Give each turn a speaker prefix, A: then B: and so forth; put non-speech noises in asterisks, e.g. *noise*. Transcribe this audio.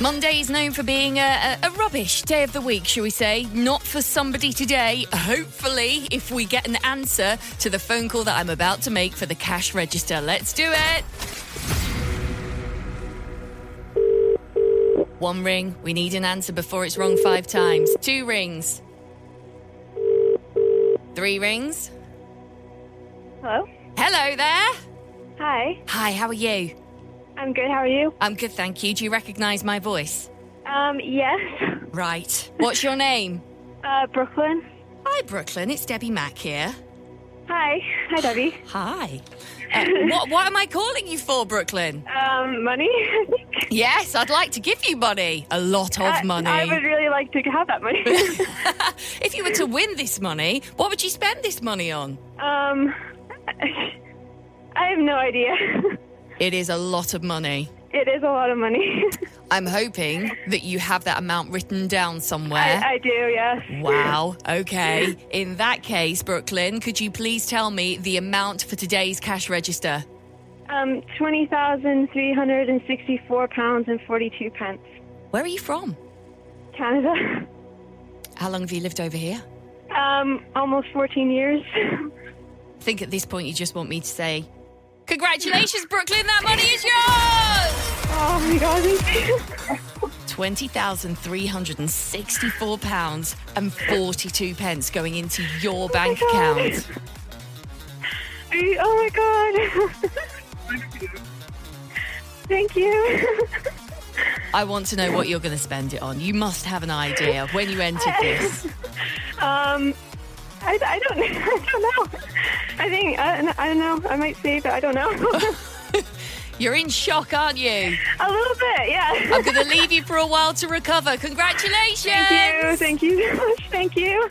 A: Monday is known for being a, a, a rubbish day of the week, shall we say? Not for somebody today. Hopefully, if we get an answer to the phone call that I'm about to make for the cash register. Let's do it. One ring. We need an answer before it's wrong five times. Two rings. Three rings.
B: Hello.
A: Hello there.
B: Hi.
A: Hi, how are you?
B: I'm good. How are you?
A: I'm good, thank you. Do you recognise my voice?
B: Um. Yes.
A: Right. What's your name?
B: Uh. Brooklyn.
A: Hi, Brooklyn. It's Debbie Mack here.
B: Hi. Hi, Debbie.
A: Hi. Uh, what, what am I calling you for, Brooklyn?
B: Um. Money. *laughs* I think.
A: Yes, I'd like to give you money. A lot
B: Uh, I-
A: of money.
B: I would really like to have that money.
A: *laughs* if you were to win this money, what would you spend this money on?
B: um. I have no idea. *laughs*
A: It is a lot of money.
B: It is a lot of money. *laughs*
A: I'm hoping that you have that amount written down somewhere.
B: I, I do. Yes.
A: Wow. Okay. In that case, Brooklyn, could you please tell me the amount for today's cash register?
B: Um. Twenty thousand three hundred and sixty-four pounds and forty-two pence.
A: Where are you from?
B: Canada. *laughs*
A: How long have you lived over here?
B: Um. Almost fourteen years. *laughs*
A: I think at this point you just want me to say, Congratulations, Brooklyn, that money is yours!
B: oh my God. *laughs* Thank you.
A: £20,364 and 42 pence going into your
B: Oh my
A: bank
B: God.
A: account.
B: Oh my god. Thank you.
A: I want to know what you're going to spend it on. You must have an idea when you entered this.
B: Um, I, I don't *laughs* I don't know. I think I, I don't know. I might save it. I don't know. *laughs* a
A: You're in shock, aren't you?
B: little bit, yeah.
A: I'm going to leave you for a while to recover. Congratulations!
B: Thank you. Thank you so much. Thank you.